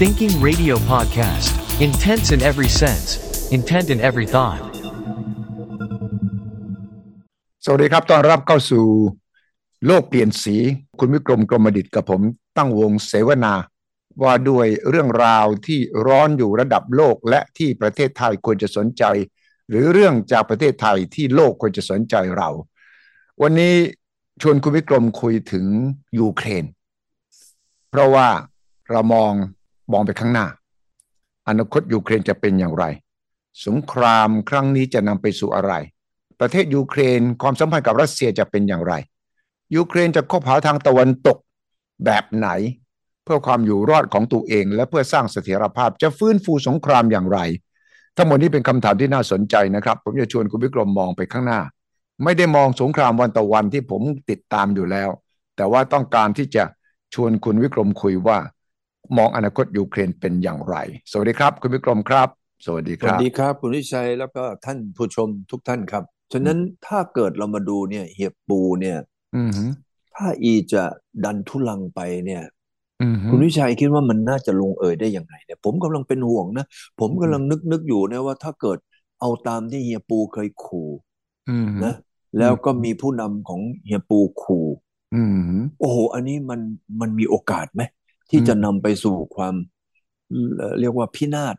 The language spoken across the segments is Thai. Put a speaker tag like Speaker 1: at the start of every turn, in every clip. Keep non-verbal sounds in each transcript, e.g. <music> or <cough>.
Speaker 1: Thinking Radio Podcast. Intense in every sense, intent in every thought.
Speaker 2: สวัสดีครับต้อนรับเข้าสู่โลกเปลี่ยนสี คุณวิกรมกรมดิตกับผมตั้งวงเสวนา ว่าด้วยเรื่องราวที่ร้อนอยู่ระดับโลกและที่ประเทศไทยควรจะสนใจ หรือเรื่องจากประเทศไทยที่โลกควรจะสนใจเรา วันนี้ชวนคุณวิกรมคุยถึงยูเครน เพราะว่าเรามองมองไปข้างหน้า อนาคตยูเครนจะเป็นอย่างไร สงครามครั้งนี้จะนำไปสู่อะไร ประเทศยูเครนความสัมพันธ์กับรัสเซียจะเป็นอย่างไร ยูเครนจะคบหาทางตะวันตกแบบไหน เพื่อความอยู่รอดของตัวเอง และเพื่อสร้างเสถียรภาพจะฟื้นฟูสงครามอย่างไร ทั้งหมดนี้เป็นคำถามที่น่าสนใจนะครับ ผมจะชวนคุณวิกรมมองไปข้างหน้า ไม่ได้มองสงครามวันต่อวันที่ผมติดตามอยู่แล้ว แต่ว่าต้องการที่จะชวนคุณวิกรมคุยว่า มองอนาคตยูเครนเป็นอย่างไร สวัสดีครับ คุณวิกรมครับ สวัสดี
Speaker 3: ส
Speaker 2: ค
Speaker 3: วั
Speaker 2: รั
Speaker 3: ส
Speaker 2: บ
Speaker 3: ดีครับคุณวิชัยแล้วก็ท่านผู้ชมทุกท่านครับ ฉะนั้นถ้าเกิดเรามาดูเนี่ยเหียบปูเนี่ย
Speaker 2: อืมฮึ
Speaker 3: ถ้าอีจะดันทุลังไปเนี่ย
Speaker 2: อืมฮึ
Speaker 3: คุณวิชัยคิดว่ามันน่าจะลงเอยได้ยังไงเนี่ย ผมกำลังเป็นห่วงนะ ผมกำลังนึกนึกอยู่นะว่าถ้าเกิดเอาตามที่เฮียปูเคยขู่
Speaker 2: อืมฮึ
Speaker 3: นะ แล้วก็มีผู้นำของเฮียปูขู่
Speaker 2: อืมฮึ
Speaker 3: โอ้โห อันนี้มันมันมีโอกาสไหมที่จะ
Speaker 2: อืม
Speaker 3: นำไปสู่ความเอ่อเรียกว่าพินาศ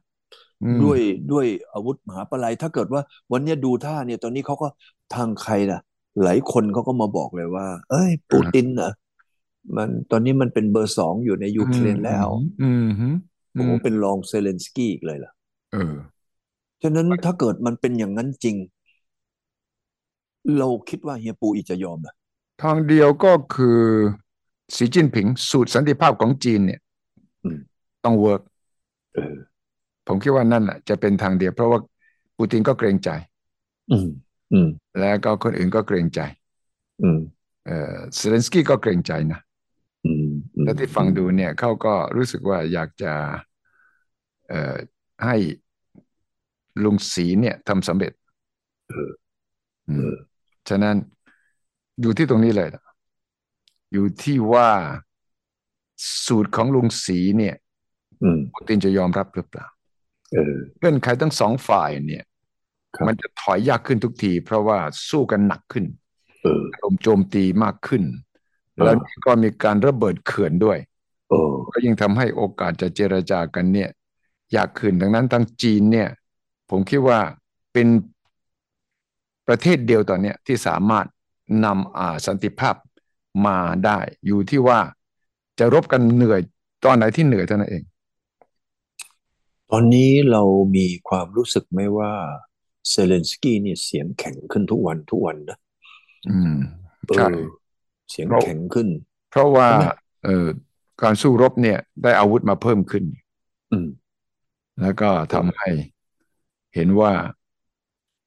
Speaker 2: อืม
Speaker 3: ด้วยด้วยอาวุธมหาปลัยถ้าเกิดว่าวันเนี้ยดูท่าเนี่ยตอนนี้เขาก็ทางใครนะหลายคนเขาก็มาบอกเลยว่า เอ้ย ปูตินนะมันตอนนี้มันเป็นเบอร์สองอยู่ในยูเครนแล้ว
Speaker 2: อืมฮึ
Speaker 3: โอ้โหเป็นรองเซเลนสกี้อีกเลยล่ะ
Speaker 2: เออ
Speaker 3: ฉะนั้นถ้าเกิดมันเป็นอย่างนั้นจริง เราคิดว่าเฮียปูอีจะยอมนะ
Speaker 2: ทางเดียวก็คือสีจิ้นผิง สูตรสันติภาพของจีนเนี่ยต้องเวิร์ก
Speaker 3: เออ
Speaker 2: ผมคิดว่านั่นแหละจะเป็นทางเดียว เพราะว่าปูตินก็เกรงใจ
Speaker 3: อืม อืม
Speaker 2: แล้วก็คนอื่นก็เกรงใจ
Speaker 3: อืม
Speaker 2: เออเซเลนสกี้ก็เกรงใจนะ
Speaker 3: อืมอืม
Speaker 2: แล้วที่ฟังดูเนี่ยเขาก็รู้สึกว่าอยากจะเอ่อให้ลุงสีเนี่ยทำสำเร็จม
Speaker 3: เออ
Speaker 2: ฉะนั้นอยู่ที่ตรงนี้เลยนะอยู่ที่ว่าสูตรของลุงสีเนี่ย
Speaker 3: อืม
Speaker 2: ปูตินจะยอมรับหรือเปล่า
Speaker 3: เออ
Speaker 2: เงื่อนไขทั้งสองฝ่ายเนี่ย
Speaker 3: ครับ
Speaker 2: มันจะถอยยากขึ้นทุกที เพราะว่าสู้กันหนักขึ้น
Speaker 3: เออ
Speaker 2: อารมณ์โจมตีมากขึ้น
Speaker 3: อ่า
Speaker 2: แล้วนี่ก็มีการระเบิดเขื่อนด้วย
Speaker 3: เออ
Speaker 2: ก็ยิ่งทำให้โอกาสจะเจรจากันเนี่ย ยากขึ้นดังนั้นทางจีนเนี่ย ผมคิดว่าเป็นประเทศเดียวตอนเนี้ยที่สามารถนำอ่าสันติภาพมาได้ อยู่ที่ว่าจะรบกันเหนื่อยตอนไหนที่เหนื่อยเท่านั้นเอง
Speaker 3: ตอนนี้เรามีความรู้สึกไหมว่าเซเลนสกี้เนี่ยเสียงแข็งขึ้นทุกวันทุกวันนะ
Speaker 2: อืม
Speaker 3: เอ
Speaker 2: ใช่
Speaker 3: อเสียง
Speaker 2: เรา
Speaker 3: แข็งขึ้น
Speaker 2: เพราะว่า
Speaker 3: ใช่ไหม
Speaker 2: เอ่อการสู้รบเนี่ยได้อาวุธมาเพิ่มขึ้น
Speaker 3: อืม
Speaker 2: แล้วก็ทำให้เห็นว่า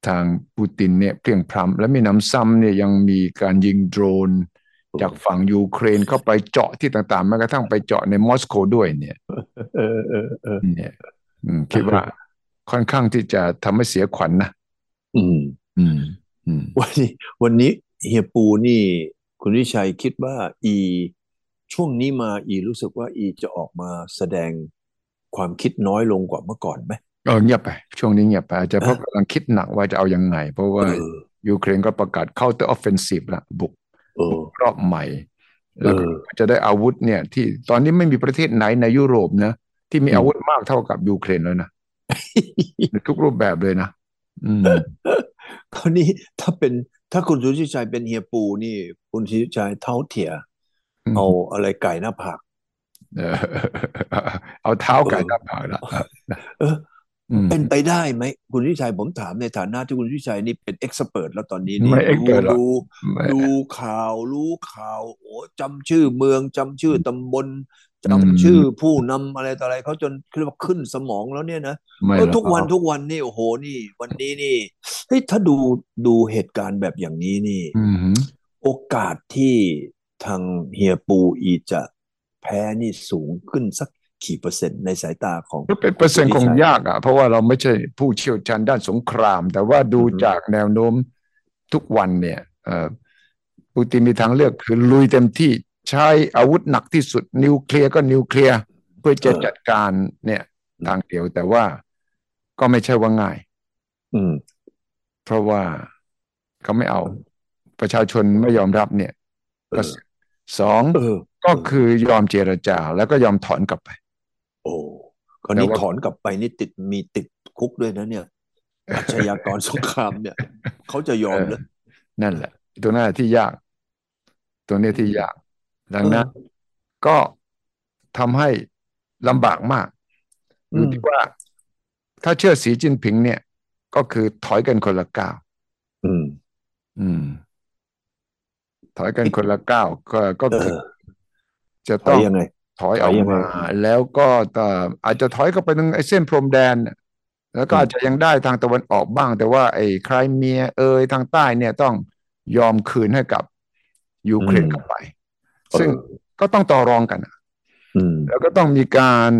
Speaker 2: ทางปูตินเนี่ยเพลียงพร้ำและมีหน้ำซ้ำเนี่ยยังมีการยิงโดรน จากฝั่งยูเครนเข้าไปเจาะที่ต่างๆแม้กระทั่งไปเจาะในมอสโกด้วยเนี่ย
Speaker 3: เออเออเออ
Speaker 2: เนี่ยอืมคิดว่าค่อนข้างที่จะทำให้เสียขวัญนะ
Speaker 3: อืม <laughs>
Speaker 2: อืม อืม
Speaker 3: วันนี้ วันนี้เฮียปูนี่ คุณวิชัยคิดว่า อี ช่วงนี้มาอีรู้สึกว่าอีจะออกมาแสดงความคิดน้อยลงกว่าเมื่อก่อนไหม
Speaker 2: เออเงียบไปช่วงนี้เงียบไปอาจจะเพราะ
Speaker 3: เออ
Speaker 2: กำลังคิดหนักว่าจะเอายังไง เพราะว่า
Speaker 3: เออ
Speaker 2: ยูเครนก็ประกาศ counter offensive ละบุก
Speaker 3: เออ
Speaker 2: รอบใหม่ แล้วก็
Speaker 3: เออ <laughs>
Speaker 2: จะได้อาวุธเนี่ย ที่ตอนนี้ไม่มีประเทศไหนในยุโรปนะ ที่มี
Speaker 3: อืม
Speaker 2: อาวุธมากเท่ากับยูเครนแล้ว
Speaker 3: <laughs>
Speaker 2: นะในทุกรูปแบบเลยนะ อืม
Speaker 3: คราวนี้ถ้าเป็นถ้าคุณสุทธิชัยเป็นเฮียปูนี่ คุณสุทธิชัยเท้าเถี่ย
Speaker 2: อืม
Speaker 3: เอาอะไรไก่หน้าผาก
Speaker 2: เออ <laughs> เอาเท้าไก่หน้าผากละ
Speaker 3: เออ
Speaker 2: อืม
Speaker 3: เป็นไปได้ไหมคุณวิชัยผมถามในฐานะที่คุณวิชัยนี่เป็นเอ็กซ์เแล้วตอนนี้นี่
Speaker 2: ไม่ expert หรอก
Speaker 3: ดู
Speaker 2: ไม่
Speaker 3: ดูข่าวรู้ข่าวโอ้จำชื่อเมืองจำชื่อตำบล
Speaker 2: อืม
Speaker 3: จำชื่อผู้นำอะไรต่ออะไรเขาจนเรียกว่าขึ้นสมองแล้วเนี่ยนะ
Speaker 2: ไม่
Speaker 3: เออ
Speaker 2: หรอ
Speaker 3: ทุกวันทุกวันนี่โอ้โหนี่ วันนี้นี่เฮ้ยถ้าดูดูเหตุการณ์แบบอย่างนี้นี่
Speaker 2: อืมฮึ
Speaker 3: โอกาสที่ทางเฮียปูอีจะแพ้นี่สูงขึ้นสักกี่เปอร์เซ็นต์ในสายตาของ
Speaker 2: ก็เป็นเปอร์เซ็นต์คง
Speaker 3: ณวิชั
Speaker 2: ยากอ่ะ เพราะว่าเราไม่ใช่ผู้เชี่ยวชาญด้านสงคราม แต่ว่าดู
Speaker 3: อือฮึ
Speaker 2: จากแนวโน้มทุกวันเนี่ยเอ่อปูตินมีทางเลือกคือลุยเต็มที่ใช้อาวุธหนักที่สุด นิวเคลียร์ก็นิวเคลียร์ เพื่อจะ
Speaker 3: เออ
Speaker 2: จัดการเนี่ยทางเดียวแต่ว่าก็ไม่ใช่ว่าง่าย
Speaker 3: อืม
Speaker 2: เพราะว่าเขาไม่เอาประชาชนไม่ยอมรับเนี่ย
Speaker 3: เออ
Speaker 2: ก็สอง
Speaker 3: เออ
Speaker 2: ก็คือยอมเจรจา แล้วก็ยอมถอนกลับไป
Speaker 3: โอ้คนนี้
Speaker 2: แต่ว่า
Speaker 3: ถอนกลับไปนี่ติดมีติดคุกด้วยนะเนี่ยอาชญากรสงคราม
Speaker 2: <laughs>
Speaker 3: เนี่ยเขาจะยอมเลย
Speaker 2: นั่นแหละ ตัวหน้าที่ยาก ตัวเนี้ยที่ยาก ดังนั้น
Speaker 3: เออ
Speaker 2: ก็ทำให้ลำบากมากอ
Speaker 3: อืม
Speaker 2: ยู่ที่ว่า ถ้าเชื่อสีจิ้นผิงเนี่ย ก็คือถอยกันคนละก้าว
Speaker 3: อืม
Speaker 2: อืม ถอยกันคนละก้าวก็ก็
Speaker 3: เอ
Speaker 2: คือ
Speaker 3: อ
Speaker 2: จะ
Speaker 3: ถ
Speaker 2: ต้
Speaker 3: อ
Speaker 2: อยง
Speaker 3: ยังไง
Speaker 2: ถอย
Speaker 3: ถ
Speaker 2: อ
Speaker 3: อ
Speaker 2: อยก
Speaker 3: ยังไง
Speaker 2: มาแล้วก็ต่ออาจจะถอยเข้าไปตรงไอ้เส้นพรมแดนน่ะแล้วก็
Speaker 3: อืม
Speaker 2: อาจจะยังได้ทางตะวันออกบ้าง แต่ว่าไอ้ไครเมียเอยทางใต้เนี่ยต้องยอมคืนให้กับยูเครนกลับไป ซึ่ง
Speaker 3: เออ
Speaker 2: ก็ต้องต่อรองกันน่ะ
Speaker 3: อืม
Speaker 2: แล้วก็ต้องมีการ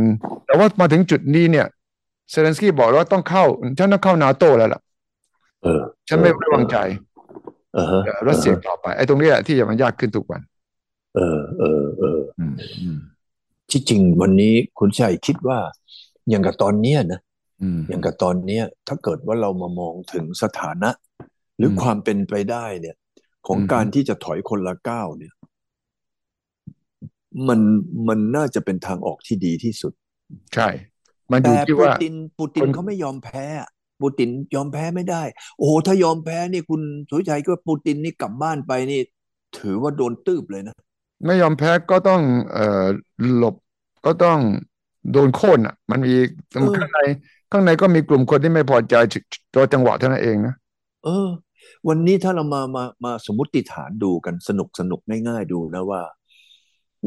Speaker 2: แต่ว่ามาถึงจุดนี้เนี่ยเซเลนสกี้บอกแล้วว่าต้องเข้าฉันต้องเข้านาโตแล้วล่ะ
Speaker 3: เออ
Speaker 2: ฉันไม่
Speaker 3: เออ
Speaker 2: ไว้วางใจ
Speaker 3: เออฮะ
Speaker 2: รัสเซียต่อไปไอ้ตรงเนี้ยที่มันยากขึ้นทุกวัน
Speaker 3: เออเออเออ
Speaker 2: อืมอืม
Speaker 3: ที่จริงวันนี้คุณชัยคิดว่าอย่างกับตอนเนี้ยนะ
Speaker 2: อืม
Speaker 3: อย่างกับตอนเนี้ย ถ้าเกิดว่าเรามามองถึงสถานะ หรืออ
Speaker 2: ม
Speaker 3: ความเป็นไปได้เนี่ย ของ
Speaker 2: อืม
Speaker 3: การที่จะถอยคนละก้าวเนี่ย มันมันน่าจะเป็นทางออกที่ดีที่สุด
Speaker 2: ใช่ มันอยู่
Speaker 3: แต่
Speaker 2: ที่
Speaker 3: ปู
Speaker 2: ว่า
Speaker 3: ตินปูติน
Speaker 2: คน
Speaker 3: เขาไม่ยอมแพ้อะปูตินยอมแพ้ไม่ได้ โอ้โหถ้ายอมแพ้นี่คุณสุวิชัยก็ปูตินนี่กลับบ้านไปนี่ ถือว่าโดนตืบเลยนะ
Speaker 2: ไม่ยอมแพ้ก็ต้องเอ่อหลบก็ต้องโดนโค่นอ่ะ มันมีข้างในข้างในก็มีกลุ่มคนที่ไม่พอใจตัวจังหวะเท่านั้นเองนะ
Speaker 3: เออ วันนี้ถ้าเรามามามาสมมติฐานดูกันสนุกสนุกง่ายๆดูนะว่า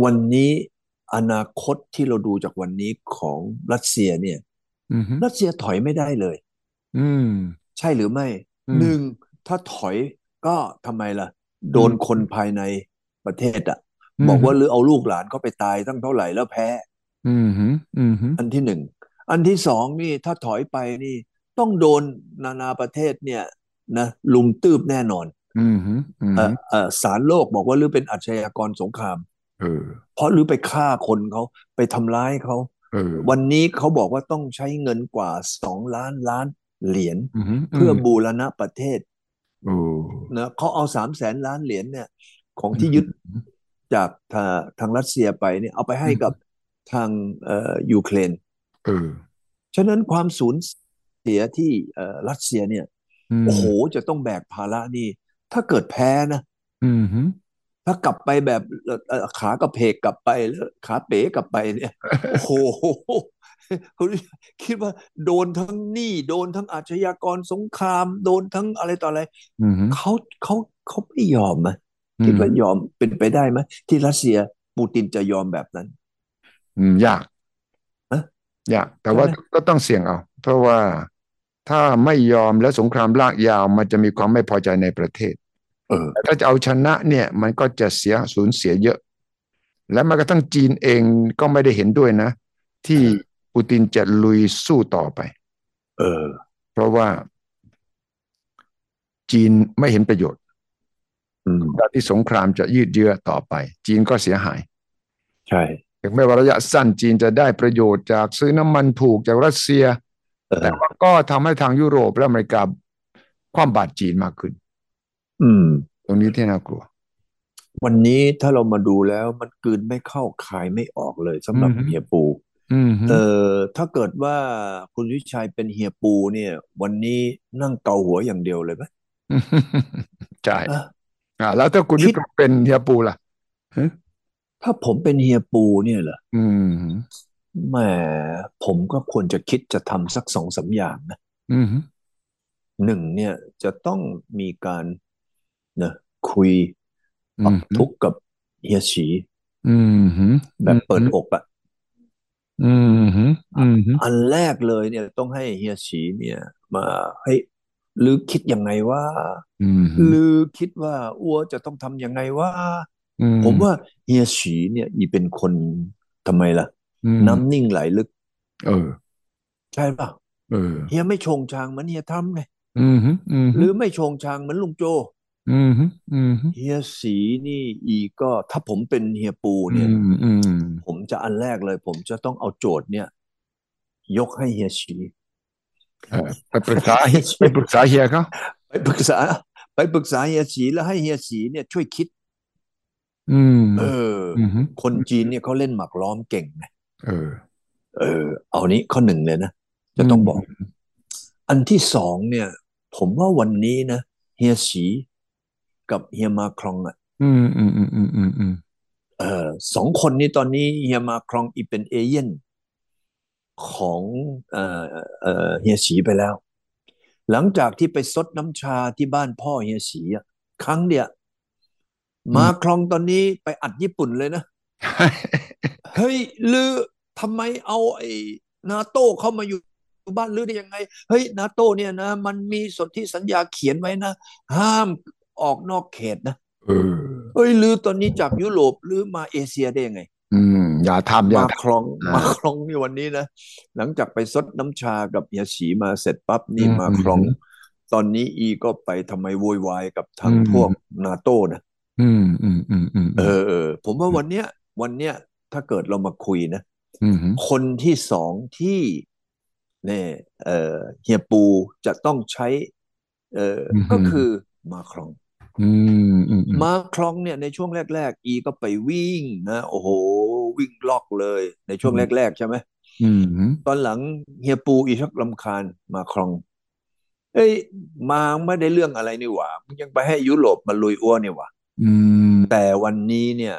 Speaker 3: วันนี้อนาคตที่เราดูจากวันนี้ของรัสเซียเนี่ย
Speaker 2: อืม
Speaker 3: รัสเซียถอยไม่ได้เลย
Speaker 2: อืม
Speaker 3: ใช่หรือไม่
Speaker 2: อืม
Speaker 3: หนึ่งถ้าถอยก็ทำไมล่ะ โดนคนภายในประเทศอะ
Speaker 2: อืม
Speaker 3: บอกว่าหรือเอาลูกหลานเขาไปตายตั้งเท่าไหร่แล้วแพ้
Speaker 2: อืมฮึอืมฮึ
Speaker 3: อันที่หนึ่งอันที่สองนี่ถ้าถอยไปนี่ ต้องโดนนานาประเทศเนี่ยนะลุมตืบแน่นอน
Speaker 2: อืมฮึอืม
Speaker 3: เอ่อ
Speaker 2: ฮึ
Speaker 3: เอ่อศาลโลกบอกว่าหรือเป็นอาชญากรสงคราม
Speaker 2: เออ
Speaker 3: เพราะหรือไปฆ่าคนเขาไปทำร้ายเขา
Speaker 2: เออ
Speaker 3: วันนี้เขาบอกว่าต้องใช้เงินกว่าสองล้านล้านเหรียญ
Speaker 2: อืมฮึ
Speaker 3: เพื่อบูรณะประเทศ
Speaker 2: โอ้
Speaker 3: นะเขาเอาสามแสนล้านเหรียญเนี่ย ของที่ยึดจากทาทางรัสเซียไปเนี่ยเอาไปให้กับทางเอ่อยูเครน
Speaker 2: เออ
Speaker 3: ฉะนั้นความสูญเสียที่เอ่อรัสเซียเนี่ย
Speaker 2: อืม
Speaker 3: โอ้โหจะต้องแบกภาระนี่ ถ้าเกิดแพ้นะ
Speaker 2: อืมฮึ
Speaker 3: ถ้ากลับไปแบบเอ่อเอ่อขากระเพกกลับไปหรือขาเป๋กลับไปเนี่ย โอ้โห <laughs> คุณคิดว่าโดนทั้งหนี้โดนทั้งอาชญากรสงคราม โดนทั้งอะไรต่ออะไร
Speaker 2: อืมฮึ
Speaker 3: เขาเขาเขาไม่ยอมนะ คิดว่า
Speaker 2: อืม
Speaker 3: ยอมเป็นไปได้ไหมที่รัสเซียปูตินจะยอมแบบนั้น
Speaker 2: อืมยาก
Speaker 3: เอ๊ะ
Speaker 2: ยาก แต่ว่า
Speaker 3: ใช่ไหม
Speaker 2: ก็ต้องเสี่ยงเอา เพราะว่าถ้าไม่ยอมและสงครามลากยาว มันจะมีความไม่พอใจในประเทศ
Speaker 3: เออ
Speaker 2: ถ้าจะเอาชนะเนี่ยมันก็จะเสียสูญเสียเยอะ และแม้กระทั่งจีนเองก็ไม่ได้เห็นด้วยนะ ที่ปูตินจะลุยสู้ต่อไป
Speaker 3: เออ
Speaker 2: เพราะว่าจีนไม่เห็นประโยชน์
Speaker 3: อืม
Speaker 2: การที่สงครามจะยืดเยื้อต่อไป จีนก็เสียหาย
Speaker 3: ใช่
Speaker 2: ถึงแม้ว่าระยะสั้นจีนจะได้ประโยชน์จากซื้อน้ำมันถูกจากรัสเซีย
Speaker 3: เออ
Speaker 2: แต่ว่าก็ทำให้ทางยุโรปและอเมริกาความบาดจีนมากขึ้น
Speaker 3: อืม
Speaker 2: ตรงนี้ที่น่ากลัว
Speaker 3: วันนี้ถ้าเรามาดูแล้วมันกลืนไม่เข้าคายไม่ออกเลยสำหรับ
Speaker 2: อือฮึ
Speaker 3: เฮียปู
Speaker 2: อืมฮึ
Speaker 3: เออ ถ้าเกิดว่าคุณวิชัยเป็นเฮียปูเนี่ย วันนี้นั่งเกาหัวอย่างเดียวเลยไหม
Speaker 2: <laughs> ใช่
Speaker 3: อ่ะ
Speaker 2: อ่าแล้วถ้าคุณ
Speaker 3: คิ
Speaker 2: วิ
Speaker 3: ด
Speaker 2: กรมเป็นเฮียปูล่ะ
Speaker 3: ถ้าผมเป็นเฮียปูเนี่ยเหรอ
Speaker 2: อืม
Speaker 3: แหมผมก็ควรจะคิดจะทำสักสองสามอย่างนะ
Speaker 2: อืม
Speaker 3: หนึ่งเนี่ยจะต้องมีการนะคุย
Speaker 2: อื
Speaker 3: ปรับ
Speaker 2: ม
Speaker 3: ทุกข์กับเฮียฉี
Speaker 2: อืม
Speaker 3: แบบเปิดอกอะ
Speaker 2: อืมอืมอืม
Speaker 3: อันแรกเลยเนี่ยต้องให้เฮียฉีเนี่ย มาเฮ้ยลือคิดยังไงว่า
Speaker 2: อืม
Speaker 3: ลือคิดว่าอัวจะต้องทำยังไงว่า
Speaker 2: อื
Speaker 3: ผมว่าเฮียฉีเนี่ยอีเป็นคนทำไมล่ะ
Speaker 2: อืม
Speaker 3: น้ำนิ่งไหลลึก
Speaker 2: เออ
Speaker 3: ใช่ป่ะ
Speaker 2: เออ
Speaker 3: เฮียไม่โชงชางเหมือนเฮียทำไง
Speaker 2: อืมอืม
Speaker 3: หรือไม่โชงชางเหมือนลุงโจ
Speaker 2: อืมฮึอืมฮึ
Speaker 3: เฮียสีนี่อีก็ถ้าผมเป็นเฮียปู
Speaker 2: อื
Speaker 3: เนี่ย
Speaker 2: มอืม
Speaker 3: ผมจะอันแรกเลย ผมจะต้องเอาโจทย์เนี่ย ยกให้เฮียชี
Speaker 2: เออไปปรึกษาไปปรึกษาเฮียเขา
Speaker 3: ไปปรึกษา ไปปรึกษาเฮียสีแล้วให้เฮียสีเนี่ยช่วยคิด
Speaker 2: อืม
Speaker 3: เอออ
Speaker 2: มฮึ
Speaker 3: คนจีนเนี่ยเขาเล่นหมากล้อมเก่งนะ
Speaker 2: เออ
Speaker 3: เออ เอานี้ข้อหนึ่งเลยนะ จะต้องบอก อันที่สองเนี่ย ผมว่าวันนี้นะเฮียสีกับเฮียมาครองอ่ะ
Speaker 2: อืมอืมอืมอืมอืมอื <laughs> ม
Speaker 3: เออสองคนนี้ตอนนี้เฮียมาครองอีเป็นเอเย่นของเออเออเฮียสีไปแล้ว หลังจากที่ไปซดน้ำชาที่บ้านพ่อเฮียสีอ่ะครั้งเดียวมาครองตอนนี้ไปอัดญี่ปุ่นเลยนะ เฮ้ยลือทำไมเอาไอ้นาโต้เข้ามาอยู่บ้านลือได้ยังไง เฮ้ยนาโต้เนี่ยนะ มันมีสนธิสัญญาเขียนไว้นะ ห้ามออกนอกเขตนะ
Speaker 2: เออ
Speaker 3: เฮ้ยลือตอนนี้จากยุโรปลือมาเอเชียได้ยังไง
Speaker 2: อืมอย่าทำอย่า
Speaker 3: มา
Speaker 2: ท
Speaker 3: ครอง
Speaker 2: อ่าม
Speaker 3: มาครองนี่วันนี้นะ หลังจากไปซดน้ำชากับเฮียฉีมาเสร็จปั๊บนี่
Speaker 2: อืม
Speaker 3: มาครอง ตอนนี้อีก็ไปทำไมโวยวายกับทาง
Speaker 2: อืม
Speaker 3: พวกนาโต้นะ
Speaker 2: ำอืมอืมอืมอืม
Speaker 3: เออเออผมว่าวันเนี้ย วันเนี้ยถ้าเกิดเรามาคุยนะ
Speaker 2: อืมฮึ
Speaker 3: คนที่สองที่เนี่ยเอ่อเฮียปูจะต้องใช้เอ่อก็คือมาครอง
Speaker 2: อืมอืมอืม
Speaker 3: มาครองเนี่ยในช่วงแรก ๆ อีก็ไปวิ่งนะโอ้โห วิ่งล็อกเลย ในช่วงแรก ๆ ใช่ไหม
Speaker 2: อืมฮึ
Speaker 3: ตอนหลังเฮียปูอีชักรำคาญมาครอง เอ้ย มาไม่ได้เรื่องอะไรนี่หว่ามึงยังไปให้ยุโรปมาลุยอ้วนนี่หว่า
Speaker 2: อืม
Speaker 3: แต่วันนี้เนี่ย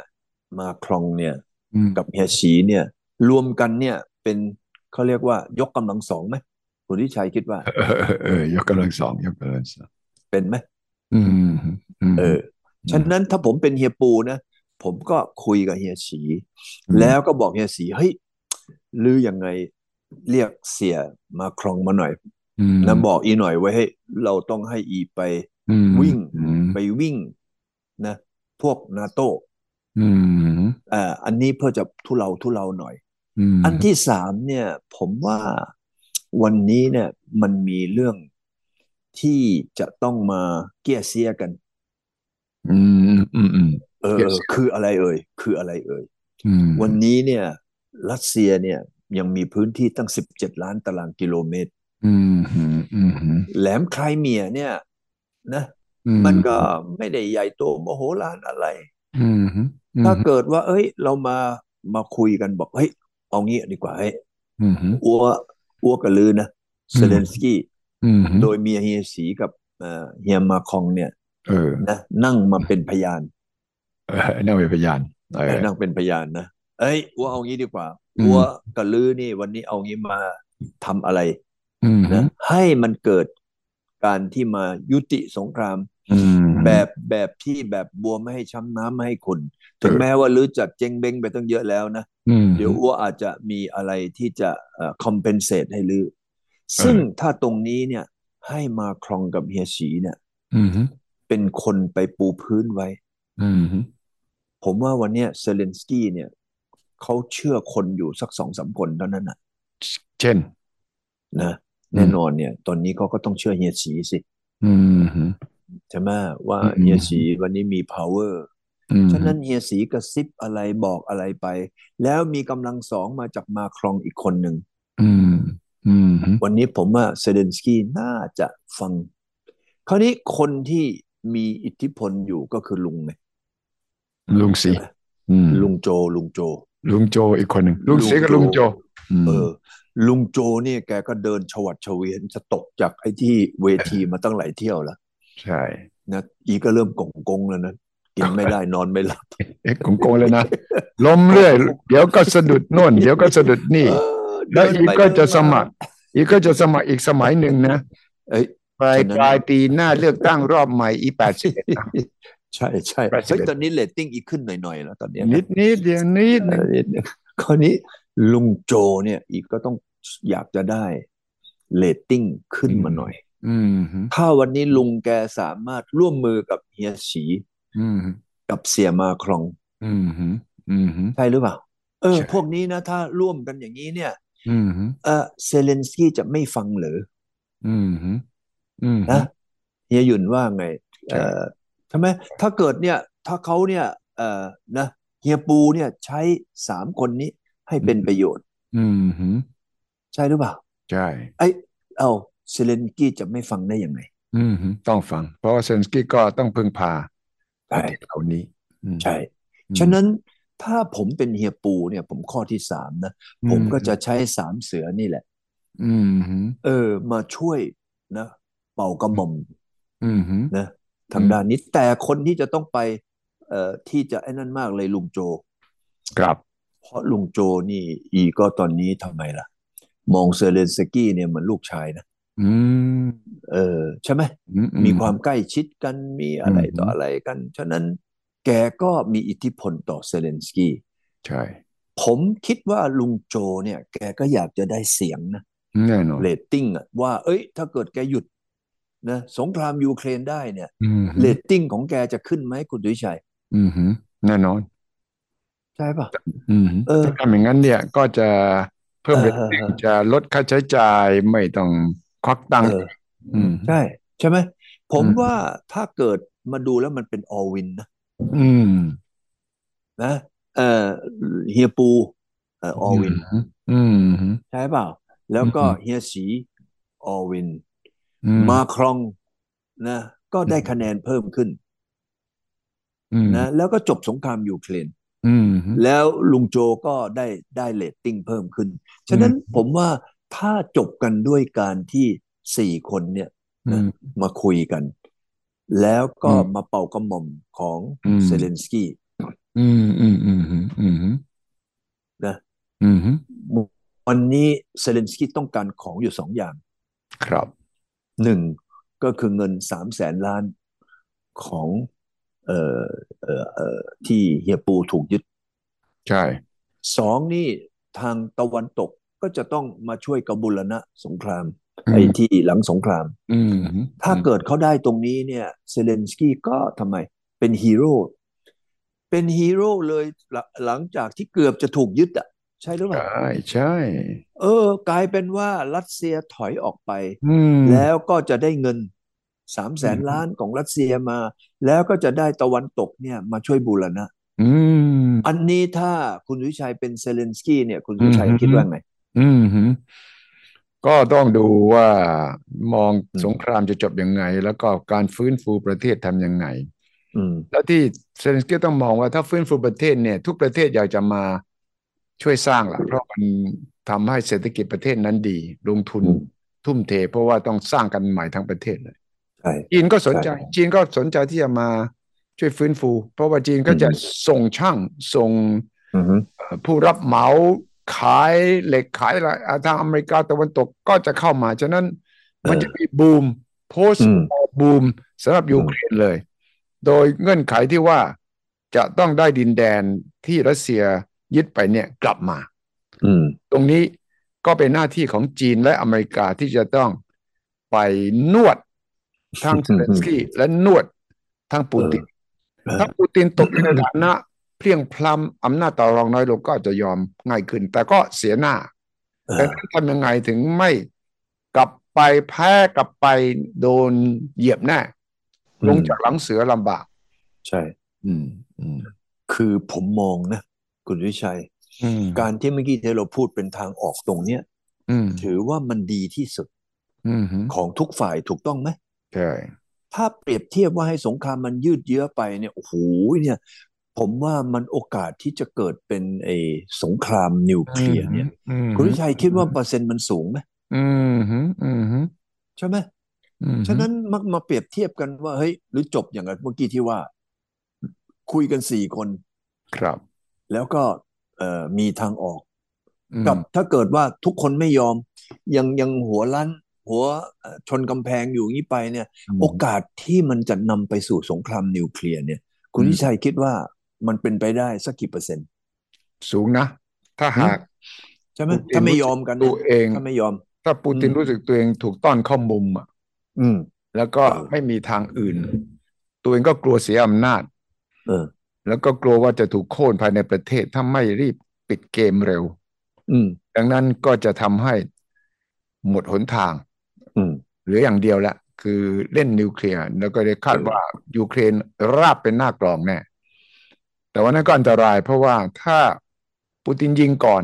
Speaker 3: มาครองเนี่ย
Speaker 2: อืม
Speaker 3: กับเฮียฉีเนี่ย รวมกันเนี่ยเป็นเขาเรียกว่ายกกำลังสองไหมคุณทิชัยคิดว่า
Speaker 2: เออเออเออยกกำลังสองยกกำลังสอง
Speaker 3: เป็นไหม
Speaker 2: อืมฮึอืม
Speaker 3: เออ ฉะนั้นถ้าผมเป็นเฮียปูนะ ผมก็คุยกับเฮียฉี แล้วก็บอกเฮียฉีเฮ้ยหรือยังไงเรียกเสียมาครองมาหน่อย
Speaker 2: อืม
Speaker 3: นะบอกอีหน่อยไว้ให้เราต้องให้อีไป
Speaker 2: อืม
Speaker 3: วิ่ง
Speaker 2: อืม
Speaker 3: ไปวิ่งนะ พวกนาโต้
Speaker 2: อืม
Speaker 3: อ่าอันนี้เพื่อจะทุเลาทุเลาหน่อย
Speaker 2: อืม
Speaker 3: อันที่สามเนี่ยผมว่าวันนี้เนี่ยมันมีเรื่องที่จะต้องมาเกี้ยเซียกัน
Speaker 2: อืมอืมอืม
Speaker 3: เออ
Speaker 2: เกี้ยเซี่ย
Speaker 3: คืออะไรเอ่ยคืออะไรเอ่ย
Speaker 2: อืม
Speaker 3: วันนี้เนี่ยรัสเซียเนี่ยยังมีพื้นที่ตั้งสิบเจ็ดล้านตารางกิโลเมตร
Speaker 2: อืมฮึอืมฮึ
Speaker 3: แหลมไครเมียเนี่ยนะ
Speaker 2: อืม
Speaker 3: มันก็ไม่ได้ใหญ่โตโมโหลานอะไร
Speaker 2: อืมฮึอืม
Speaker 3: ถ้าเกิดว่า เอ้ย เรามามาคุยกันบอกเฮ้ยเอางี้ดีกว่าเฮ้ย
Speaker 2: อืมฮึ
Speaker 3: อัวอัวกับลือนะเซเลนสกี้
Speaker 2: อืมฮึ
Speaker 3: โดยเมียเฮียสีกับเอ่อเฮียมาคองเนี่ย
Speaker 2: เออ
Speaker 3: นะนั่งมาเป็นพยาน
Speaker 2: เออนั่นเป็นพยานเออ
Speaker 3: นั่งเป็นพยานนะเอ้ยอัวเอางี้ดีกว่าอัวกับลือนี่วันนี้เอางี้มาทำอะไร
Speaker 2: อืมฮึ
Speaker 3: นะให้มันเกิดการที่มายุติสงคราม
Speaker 2: อืม
Speaker 3: แบบแบบที่แบบบัวไม่ให้ช้ำน้ำไม่ให้ขุนถึง
Speaker 2: เออ
Speaker 3: แม้ว่าลือจะเจ๊งเบ้งไปตั้งเยอะแล้วนะ
Speaker 2: อืม
Speaker 3: เดี๋ยวอ้วอาจจะมีอะไรที่จะเอ่อ compensate ให้ลือ ซึ่งถ้าตรงนี้เนี่ย ให้มาครองกับเฮียสีเนี่ย
Speaker 2: อืมฮึ
Speaker 3: เป็นคนไปปูพื้นไว้
Speaker 2: อืมฮึ
Speaker 3: ผมว่าวันเนี้ยเซเลนสกี้เนี่ยเขาเชื่อคนอยู่สักสองสามคนเท่านั้นนะ
Speaker 2: เช่น
Speaker 3: นะ
Speaker 2: อืม
Speaker 3: แน่นอนเนี่ย ตอนนี้เขาก็ต้องเชื่อเฮียฉีสิ
Speaker 2: อืมฮึ
Speaker 3: ใช่ไหมว่า
Speaker 2: อืม
Speaker 3: เฮียฉีวันนี้มี power
Speaker 2: อืมฮึ
Speaker 3: ฉะนั้นเฮียฉีกระซิบอะไรบอกอะไรไป แล้วมีกำลังสองมาจากมาครองอีกคนหนึ่ง
Speaker 2: อืมอืมฮึ
Speaker 3: วันนี้ผมว่าเซเลนสกี้น่าจะฟัง คราวนี้คนที่มีอิทธิพลอยู่ก็คือลุงไง
Speaker 2: ลุงสีอืม
Speaker 3: ลุงโจลุงโจ
Speaker 2: ลุงโจอีกคนหนึ่งลุงสีกับลุงโจอืม
Speaker 3: เออลุงโจเนี่ยแกก็เดินชวัดเฉวียนจะตกจากไอ้ที่เวทีมาตั้งหลายเที่ยวแล้ว
Speaker 2: ใช่
Speaker 3: นะอีก็เริ่มกงกงแล้วนะกินไม่ได้นอนไม่หลับ
Speaker 2: เอ๊ะของโกงเลยนะล้มเรื่อย เดี๋ยวก็สะดุดโน่น เดี๋ยวก็สะดุดนี่
Speaker 3: เออ
Speaker 2: แล้ว
Speaker 3: เดิน
Speaker 2: อีก
Speaker 3: ไป
Speaker 2: ก็
Speaker 3: เดิน
Speaker 2: จะ
Speaker 3: มา
Speaker 2: สมัคร อีกก็จะสมัครอีกสมัยหนึ่งนะ
Speaker 3: เอ้ย
Speaker 2: ปลาย
Speaker 3: ฉะนั้น
Speaker 2: ปลายปีหน้าเลือกตั้งรอบใหม่อีแปดสิบ
Speaker 3: <laughs> ใช่ใช่
Speaker 2: แปดสิบ
Speaker 3: เฮ้ย
Speaker 2: เอ็ด
Speaker 3: ตอนนี้เรตติ้งอีกขึ้นหน่อยๆแล้วตอนเนี้ย
Speaker 2: นิ
Speaker 3: นะ
Speaker 2: ดนิดเดียวนิดห
Speaker 3: เอ
Speaker 2: นึ่ง
Speaker 3: อนิดนึงคราวนี้ลุงโจเนี่ยอีกก็ต้องอยากจะได้เรตติ้งขึ้นมาหน่อย
Speaker 2: อืมฮึ
Speaker 3: ถ้าวันนี้ลุงแกสามารถร่วมมือกับเฮียฉี
Speaker 2: อืมฮึ
Speaker 3: กับเสียมาครอง
Speaker 2: อืมฮึอืมฮึ
Speaker 3: ใช่หรือเปล่า เออ
Speaker 2: ใช่
Speaker 3: พวกนี้นะ ถ้าร่วมกันอย่างนี้เนี่ย
Speaker 2: อืมฮึ
Speaker 3: เออเซเลนสกี้จะไม่ฟังหรือ
Speaker 2: อืมฮึอืมฮึ
Speaker 3: นะเฮียหยุนว่าไง
Speaker 2: ใช่
Speaker 3: เออ ใช่ไหมถ้าเกิดเนี่ยถ้าเขาเนี่ยเอ่อนะเฮียปูเนี่ยใช้สามคนนี้ให้เป็นประโยชน์
Speaker 2: อืมหืม
Speaker 3: ใช่หรือเปล่า
Speaker 2: ใช่
Speaker 3: เอาเซเลนสกี้จะไม่ฟังได้ยังไง
Speaker 2: อืมหืมต้องฟัง เพราะว่าเซเลนสกี้ก็ต้องพึ่งพา
Speaker 3: ใช่
Speaker 2: ประเทศเหล่านี้อืม
Speaker 3: ใช่
Speaker 2: อืม
Speaker 3: ฉะนั้นถ้าผมเป็นเฮียปูเนี่ย ผมข้อที่สามนะ
Speaker 2: อื
Speaker 3: ผมก็จะใช้สามเสือนี่แหละ
Speaker 2: อืมหืม
Speaker 3: เออ มาช่วยนะ เป่ากระหม่อม
Speaker 2: อืมหืม
Speaker 3: นะทาง
Speaker 2: อืม
Speaker 3: ด้านนี้แต่คนที่จะต้องไป เอ่อที่จะไอ้นั่นมากเลยลุงโจ
Speaker 2: ครับ
Speaker 3: เพราะลุงโจนี่อีก็ตอนนี้ทำไมล่ะ มองเซเลนสกี้เนี่ยเหมือนลูกชายนะ
Speaker 2: อืม
Speaker 3: เออใช่ไหม
Speaker 2: อือื
Speaker 3: มีความใกล้ชิดกันมีอะไร
Speaker 2: อืม
Speaker 3: ต่ออะไรกัน ฉะนั้นแกก็มีอิทธิพลต่อเซเลนสกี้
Speaker 2: ใช่
Speaker 3: ผมคิดว่าลุงโจเนี่ย แกก็อยากจะได้เสียงนะ
Speaker 2: แน่นอน
Speaker 3: เรตติ้งอะว่า เอ้ย ถ้าเกิดแกหยุดนะสงครามยูเครนได้เนี่ย
Speaker 2: อืมหืม
Speaker 3: เรตติ้งของแกจะขึ้นไหมคุณดุยชัย
Speaker 2: อืมหืมแน่นอน
Speaker 3: ใช่ป่ะ
Speaker 2: อืมหืม
Speaker 3: เออ
Speaker 2: ถ้าทำอย่างนั้นเนี่ยก็จะเพิ่ม
Speaker 3: เอ
Speaker 2: เร
Speaker 3: อ
Speaker 2: ต
Speaker 3: เออ
Speaker 2: ติ้ง
Speaker 3: เออ
Speaker 2: จะลดค่าใช้จ่ายไม่ต้องควักตัง
Speaker 3: เอ
Speaker 2: ค์
Speaker 3: อ
Speaker 2: อืม
Speaker 3: ใช่ ใช่ไหม ผม
Speaker 2: อืม
Speaker 3: ว่าถ้าเกิดมาดูแล้วมันเป็นออลวินนะ
Speaker 2: อืม
Speaker 3: นะเออเฮียปูเออออลวิน
Speaker 2: อืมหืม
Speaker 3: ใช่เปล่า แล้วก็
Speaker 2: อืม
Speaker 3: เฮียสีออลวิน
Speaker 2: อืม
Speaker 3: มาครองนะก็ได้คะแนนเพิ่มขึ้น
Speaker 2: อืม
Speaker 3: นะแล้วก็จบสงครามยูเครน
Speaker 2: อืมหืม
Speaker 3: แล้วลุงโจก็ได้ได้เรตติ้งเพิ่มขึ้น ฉะนั้น
Speaker 2: อืม
Speaker 3: ผมว่าถ้าจบกันด้วยการที่สี่คนเนี่ย
Speaker 2: อืม
Speaker 3: มาคุยกัน แล้วก็
Speaker 2: อืม
Speaker 3: มาเป่ากระหม่อมของ
Speaker 2: อืม
Speaker 3: เซเลนสกี้
Speaker 2: อืมอืมอืมอืมอืม
Speaker 3: นะ
Speaker 2: อืม
Speaker 3: วันนี้เซเลนสกี้ต้องการของอยู่สองอย่าง
Speaker 2: ครับ
Speaker 3: หนึ่งก็คือเงินสามแสนล้านของเอ่อเอ่อเอ่อที่เฮียปูถูกยึด
Speaker 2: ใช่
Speaker 3: สองนี่ทางตะวันตกก็จะต้องมาช่วยกบุรณะสงคราม
Speaker 2: อืม
Speaker 3: ไอ้ที่หลังสงคราม
Speaker 2: อืม
Speaker 3: ถ้าเกิดเขาได้ตรงนี้เนี่ยเซเลนสกี้ก็ทำไมเป็นฮีโร่เป็นฮีโร่เลยหลังหลังจากที่เกือบจะถูกยึดอ่ะใช่หรือเป
Speaker 2: ใช
Speaker 3: ล่า
Speaker 2: ่ใช่
Speaker 3: เออ กลายเป็นว่ารัสเซียถอยออกไป
Speaker 2: อืม
Speaker 3: แล้วก็จะได้เงินสามแสน
Speaker 2: อืม
Speaker 3: ล้านของรัสเซียมา แล้วก็จะได้ตะวันตกเนี่ยมาช่วยบูรณะ
Speaker 2: อืม
Speaker 3: อันนี้ถ้าคุณวิชัยเป็นเซเลนสกี้เนี่ย คุณวิชัย
Speaker 2: อืม
Speaker 3: คิดว่าไง
Speaker 2: อืมหืมก็ต้องดูว่ามอง
Speaker 3: อืม
Speaker 2: สงครามจะจบยังไง แล้วก็การฟื้นฟูประเทศทำยังไง
Speaker 3: อืม
Speaker 2: แล้วที่เซเลนสกี้ต้องมองว่าถ้าฟื้นฟูประเทศเนี่ย ทุกประเทศอยากจะมาช่วยสร้างล่ะ เพราะมันทำให้เศรษฐกิจประเทศนั้นดี ลงทุน
Speaker 3: อืม
Speaker 2: ทุ่มเท เพราะว่าต้องสร้างกันใหม่ทั้งประเทศเลย
Speaker 3: ใช่
Speaker 2: จีนก็สนใจ
Speaker 3: ใช่
Speaker 2: จีนก็สนใจที่จะมาช่วยฟื้นฟู เพราะว่าจีนก็จะ
Speaker 3: อืม
Speaker 2: ส่งช่างส่ง
Speaker 3: อือฮึ
Speaker 2: เอ่อผู้รับเหมาขายเหล็กขายอะไรอ่าทางอเมริกาตะวันตกก็จะเข้ามา ฉะนั้นมันจะมีบูม post
Speaker 3: อืม
Speaker 2: บูมสำหรับยูเครนเลย โดยเงื่อนไขที่ว่าจะต้องได้ดินแดนที่รัสเซียยึดไปเนี่ยกลับมา
Speaker 3: อืม
Speaker 2: ตรงนี้ก็เป็นหน้าที่ของจีนและอเมริกาที่จะต้องไปนวดทั้งเซเลนส
Speaker 3: <laughs>
Speaker 2: กี้และนวดทั้งปูติน
Speaker 3: เออ
Speaker 2: ถ้าปูตินตกอยู่ในฐานะเพลียงพล้ำอำนาจต่อรองน้อยลงก็อาจจะยอมง่ายขึ้น แต่ก็เสียหน้า
Speaker 3: เอ
Speaker 2: แต่
Speaker 3: อ
Speaker 2: ทำยังไงถึงไม่กลับไปแพ้กลับไปโดนเหยียบแน่
Speaker 3: อืม
Speaker 2: ลงจากหลังเสือลำบาก
Speaker 3: ใช่
Speaker 2: อืม อืม
Speaker 3: คือผมมองนะ คุณวิชัย
Speaker 2: อืม
Speaker 3: การที่เมื่อกี้ที่เราพูดเป็นทางออกตรงเนี้ย
Speaker 2: อืม
Speaker 3: ถือว่ามันดีที่สุด
Speaker 2: อืมฮึ
Speaker 3: ของทุกฝ่ายถูกต้องไหม
Speaker 2: ใช่
Speaker 3: ถ้าเปรียบเทียบว่าให้สงครามมันยืดเยื้อไปเนี่ยโอ้โหเนี่ย ผมว่ามันโอกาสที่จะเกิดเป็นไอ้สงครามนิวเคลียร์เนี่ย
Speaker 2: อืม
Speaker 3: คุณวิชัยคิดว่าเปอร์เซ็นต์มันสูงไหม
Speaker 2: อืมฮึอืมฮึ
Speaker 3: ใช่ไหม
Speaker 2: อืม
Speaker 3: ฉะนั้นมักมาเปรียบเทียบกันว่าเฮ้ยหรือจบอย่างเมื่อกี้ที่ว่า คุยกันสี่คน
Speaker 2: ครับ
Speaker 3: แล้วก็เอ่อมีทางออก
Speaker 2: อืม
Speaker 3: กับถ้าเกิดว่าทุกคนไม่ยอม ยังยังหัวลั้น หัวเอ่อชนกำแพงอยู่อย่างนี้ไปเนี่ย โอกาสที่มันจะนำไปสู่สงครามนิวเคลียร์เนี่ย คุณวิชัยคิดว่ามันเป็นไปได้สักกี่เปอร์เซ็นต์
Speaker 2: สูงนะ ถ้าหาก
Speaker 3: ใช่ไหม
Speaker 2: ปูติน
Speaker 3: ถ้าไม่ยอมกัน
Speaker 2: รู้สึ
Speaker 3: เนี่ย
Speaker 2: กตัวเอง
Speaker 3: ถ้าไม่ยอม
Speaker 2: ถ้าปูติน
Speaker 3: อืม
Speaker 2: รู้สึกตัวเองถูกต้อนเข้ามุมอ่ะ
Speaker 3: อืม
Speaker 2: แล้วก็
Speaker 3: เออ
Speaker 2: ไม่มีทางอื่น ตัวเองก็กลัวเสียอำนาจ
Speaker 3: เออ
Speaker 2: แล้วก็กลัวว่าจะถูกโค่นภายในประเทศ ถ้าไม่รีบปิดเกมเร็ว
Speaker 3: อืม
Speaker 2: ดังนั้นก็จะทำให้หมดหนทาง
Speaker 3: อืม
Speaker 2: เหลืออย่างเดียวละ คือเล่นนิวเคลียร์แล้วก็ได้คาดว่ายูเครนราบเป็นหน้ากลองแน่ แต่ว่านั่นก็อันตรายเพราะว่าถ้าปูตินยิงก่อน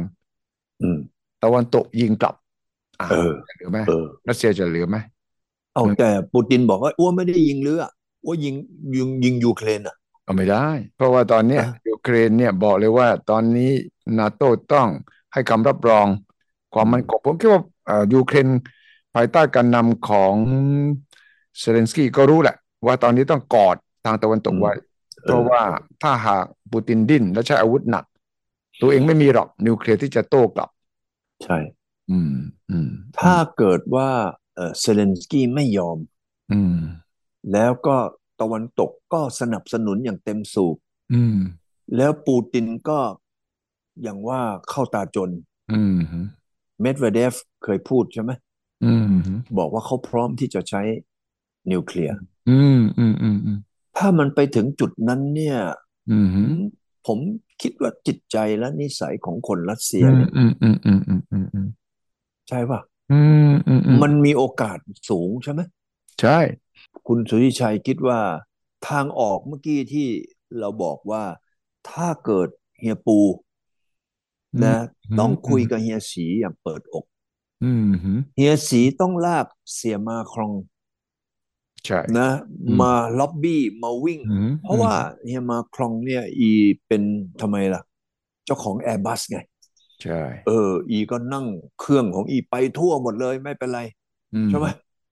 Speaker 3: อืม
Speaker 2: ตะวันตกยิงกลับอ่ะ
Speaker 3: เออ
Speaker 2: เหลือไหม
Speaker 3: เออ
Speaker 2: รัสเซียจะเหลือไหม
Speaker 3: เอา
Speaker 2: อืม
Speaker 3: แต่ปูตินบอกว่าอ้วนไม่ได้ยิงเรืออ้วนยิงยิงยิงยูเครนอ่ะ
Speaker 2: ก็ไม่ได้ เพราะว่าตอนเนี้ย
Speaker 3: อ่ะ
Speaker 2: ยูเครนเนี่ยบอกเลยว่าตอนนี้นาโต้ต้องให้คำรับรองความมั่นคงผมคิดว่าเอ่อยูเครนภายใต้การนำของเซเลนสกี้ก็รู้แหละ ว่าตอนนี้ต้องกอดทางตะวันตกไว้ เพราะว่าถ้าหากปูตินดิ้นและใช้อาวุธหนัก ตัวเองไม่มีหรอกนิวเคลียร์ที่จะโต้กลับ
Speaker 3: ใช่
Speaker 2: อืม อืม
Speaker 3: ถ้าเกิดว่าเอ่อเซเลนสกี้ไม่ยอม
Speaker 2: อืม
Speaker 3: แล้วก็ตะวันตกก็สนับสนุนอย่างเต็มสูบ
Speaker 2: อืม
Speaker 3: แล้วปูตินก็อย่างว่าเข้าตาจน
Speaker 2: อืม
Speaker 3: เมดเวเดฟเคยพูดใช่ไหม
Speaker 2: อืม
Speaker 3: บอกว่าเขาพร้อมที่จะใช้นิวเคลียร์
Speaker 2: อืม อืม อืม อืม
Speaker 3: ถ้ามันไปถึงจุดนั้นเนี่ย
Speaker 2: อืม อืม
Speaker 3: ผมคิดว่าจิตใจและนิสัยของคนรัสเซีย
Speaker 2: อืม
Speaker 3: เนี่ย
Speaker 2: อืม อืม อืม อืม อืม อืม
Speaker 3: ใช่ป่ะ
Speaker 2: อืมอืมอืม
Speaker 3: มันมีโอกาสสูงใช่ไหม
Speaker 2: ใช่
Speaker 3: คุณสุทธิชัยคิดว่าทางออกเมื่อกี้ที่เราบอกว่าถ้าเกิดเฮียปูนะต้องคุยกับเฮียสีอย่างเปิดอก
Speaker 2: อืมอืม
Speaker 3: เฮียสีต้องลากเสียมาครอง
Speaker 2: ใช่
Speaker 3: นะ
Speaker 2: อืม
Speaker 3: มาล็อบบี้มาวิ่ง
Speaker 2: อืม
Speaker 3: เพราะว่าเฮียมาครองเนี่ย อีเป็นทำไมล่ะ เจ้าของแอร์บัสไง
Speaker 2: ใช่
Speaker 3: เออ อีก็นั่งเครื่องของอีไปทั่วหมดเลยไม่เป็นไร
Speaker 2: อืม
Speaker 3: ใช่ไหม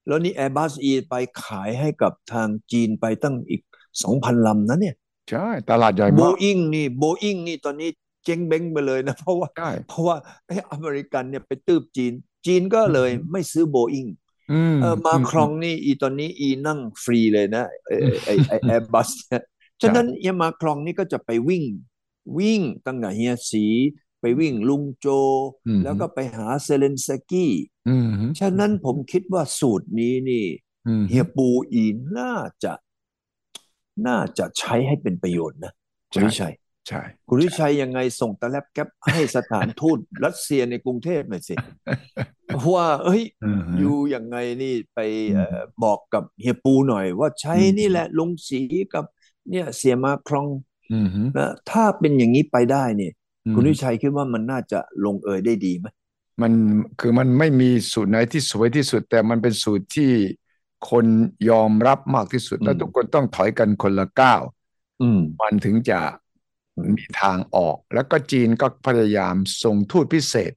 Speaker 3: แล้วนี่ Airbus E ไปขายให้กับทางจีนไปตั้งอีก 2,000 ลำนะเนี่ย
Speaker 2: ใช่ตลาดใหญ่มาก
Speaker 3: Boeing นี่ Boeing นี่ตอนนี้เจ๊งเบ้งไปเลยนะ <laughs> เพราะว่า
Speaker 2: ใช่
Speaker 3: เพราะว่าไอ้อเมริกันเนี่ยไปตืบจีน จีนก็เลย
Speaker 2: อืม
Speaker 3: ไม่ซื้อ Boeing
Speaker 2: อืม
Speaker 3: เออมา
Speaker 2: อื
Speaker 3: ครองนี่อีตอนนี้อีนั่งฟรีเลยนะเออไอไอแอร์บัสเนี่ยฉะนั้นเฮียมาครองนี่ก็จะไปวิ่ง วิ่งตั้งแต่เฮียสี ไปวิ่งลุงโจ
Speaker 2: อืม
Speaker 3: แล้วก็ไปหาเซเลนสกี้
Speaker 2: อืม
Speaker 3: ฉะนั้นผมคิดว่าสูตรนี้นี่
Speaker 2: อืม
Speaker 3: เฮียปูอีน่าจะ น่าจะใช้ให้เป็นประโยชน์นะคุณวิชัย
Speaker 2: ใช่
Speaker 3: คุณวิชัยยังไงส่งตะแลบแก๊ป <laughs> ให้สถานทูต รัสเซียในกรุงเทพหน่อยสิ <laughs> ว่าเอ้ย
Speaker 2: อืม
Speaker 3: อยู่ยังไงนี่ไปเอ่อบอกกับเฮียปูหน่อย ว่าใช้
Speaker 2: อืม
Speaker 3: นี่แหละลงสีกับ เนี่ยเสียมาครอง
Speaker 2: อืม
Speaker 3: นะถ้าเป็นอย่างนี้ไปได้เนี่ย คุณวิชัยคิดว่ามันน่าจะลงเอยได้ดีไหม
Speaker 2: มันคือมันไม่มีสูตรไหนที่สวยที่สุด แต่มันเป็นสูตรที่คนยอมรับมากที่สุด แล้วทุกคนต้องถอยกันคนละก้าว
Speaker 3: อืม
Speaker 2: มันถึงจะ
Speaker 3: อืม
Speaker 2: มีทางออก แล้วก็จีนก็พยายามส่งทูตพิเศษ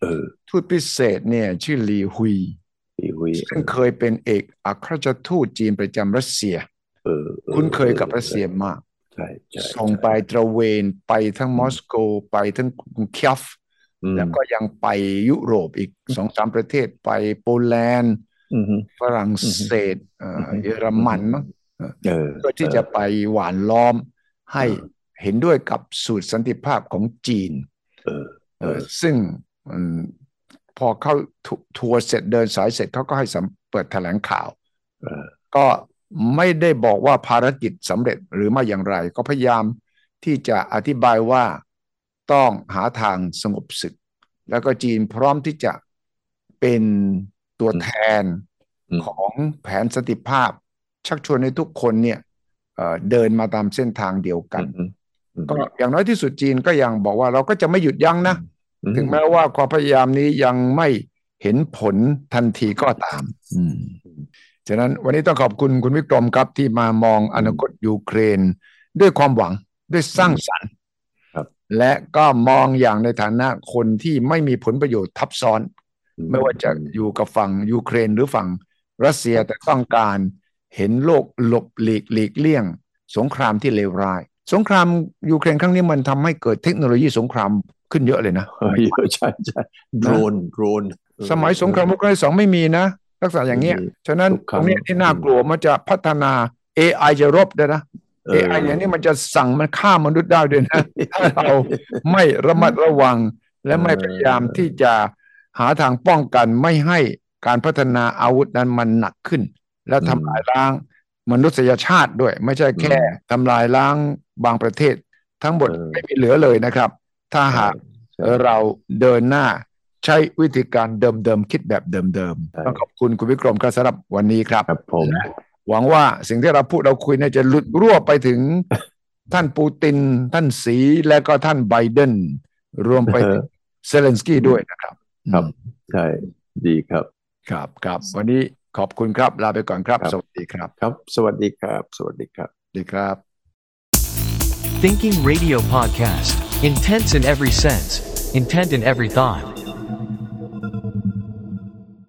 Speaker 3: เออ
Speaker 2: ทูตพิเศษเนี่ยชื่อหลีฮุย
Speaker 3: พี่หุย
Speaker 2: ซึ่งเคยเป็นเอกอัครราชทูตจีนประจำรัสเซีย
Speaker 3: เออออ
Speaker 2: คุ้นเคยกับรัสเซียมาก
Speaker 3: ใช่ใช่
Speaker 2: ส่งไปตระเวนไปทั้งมอสโก ไปทั้งกรุงเคียฟ
Speaker 3: อืม
Speaker 2: แล้วก็ยังไปยุโรปอีกสองสามประเทศไปโปแลนด์
Speaker 3: อืม
Speaker 2: ฝรั่งเศสเอ่อ
Speaker 3: อืม
Speaker 2: เยอรมันมั้ง
Speaker 3: เออ
Speaker 2: เพื่อที่จะไปหวานล้อมให้
Speaker 3: เออ
Speaker 2: เห็นด้วยกับสูตรสันติภาพของจีน
Speaker 3: เออ
Speaker 2: เออ
Speaker 3: เออ
Speaker 2: ซึ่งอืมพอเข้าทัวทัวร์เสร็จเดินสายเสร็จเขาก็ให้สัมเปิดแถลงข่าว
Speaker 3: เออ
Speaker 2: ก็ไม่ได้บอกว่าภารกิจสำเร็จหรือไม่อย่างไร ก็พยายามที่จะอธิบายว่าต้องหาทางสงบศึก แล้วก็จีนพร้อมที่จะเป็นตัวแทน
Speaker 3: อืม
Speaker 2: ของแผนสันติภาพ ชักชวนให้ทุกคนเนี่ยเอ่อเดินมาตามเส้นทางเดียวกัน
Speaker 3: อืมอืม
Speaker 2: ก็อย่างน้อยที่สุดจีนก็ยังบอกว่าเราก็จะไม่หยุดยั้งนะ
Speaker 3: อื
Speaker 2: ถึงแม้ว่าความพยายามนี้ยังไม่เห็นผลทันทีก็ตาม อืมฉะนั้นวันนี้ต้องขอบคุณคุณวิกรมครับที่มามองอนาคตยูเครน ด้วยความหวังด้วยสร้างสรรค์และก็มองอย่างในฐานะคนที่ไม่มีผลประโยชน์ทับซ้อน ไม่ว่าจะอยู่กับฝั่งยูเครนหรือฝั่งรัสเซียแต่ต้องการเห็นโลกหลบหลีกหลีกเลี่ยง สงครามที่เลวร้าย สงครามยูเครนครั้งนี้มันทำให้เกิดเทคโนโลยีสงครามขึ้นเยอะเลยนะ
Speaker 3: เออเยอะใช่ใช่โดรนโดรนเออ
Speaker 2: สมัยสงครามโลกครั้งที่สองไม่มีนะลักษณะอย่างเงี้ย
Speaker 3: ไม่มี
Speaker 2: ฉะนั้น
Speaker 3: ทุก
Speaker 2: ต
Speaker 3: ค
Speaker 2: ร
Speaker 3: รั้
Speaker 2: ง งเนี้ยที่น่ากลัวมันจะพัฒนา AI จะรบด้วยนะ
Speaker 3: เออ
Speaker 2: AI อย่างนี้มันจะสั่งมันฆ่ามนุษย์ได้ด้วย
Speaker 3: <laughs>
Speaker 2: นะ ถ้าเราไม่ระมัดระวัง และไม่พยายามที่จะหาทางป้องกันไม่ให้การพัฒนาอาวุธนั้นมันหนักขึ้น และ
Speaker 3: อืม
Speaker 2: ทำลายล้างมนุษยชาติด้วย ไม่ใช่แค่ทำลายล้างบางประเทศ ทั้งหมด
Speaker 3: เออ
Speaker 2: ไม่มีเหลือเลยนะครับ ถ้าหาก
Speaker 3: ใช่
Speaker 2: เราเดินหน้า ใช้วิธีการเดิมๆ คิดแบบเดิม
Speaker 3: ใช่
Speaker 2: ๆต้องขอบคุณคุณวิกรมครับสำหรับวันนี้ครับ
Speaker 3: ครับผม
Speaker 2: หวังว่าสิ่งที่เราพูดเราคุยเนี่ยจะหลุดรั่วไปถึง <laughs> ท่านปูติน ท่านสีและก็ท่านไบเดน รวมไปถึงเซเลนสกี้ด้วยนะครับ
Speaker 3: ครับ ใช่ดีครับ
Speaker 2: ครับครับ วันนี้ขอบคุณครับ ลาไปก่อนครับ
Speaker 3: ครับ
Speaker 2: สวัสดีครับ
Speaker 3: ครับ สวัสดีครับ สวัสดีครับ
Speaker 2: สวัสดีครับ
Speaker 1: Thinking Radio Podcast. Intense in every sense, intent in every thought.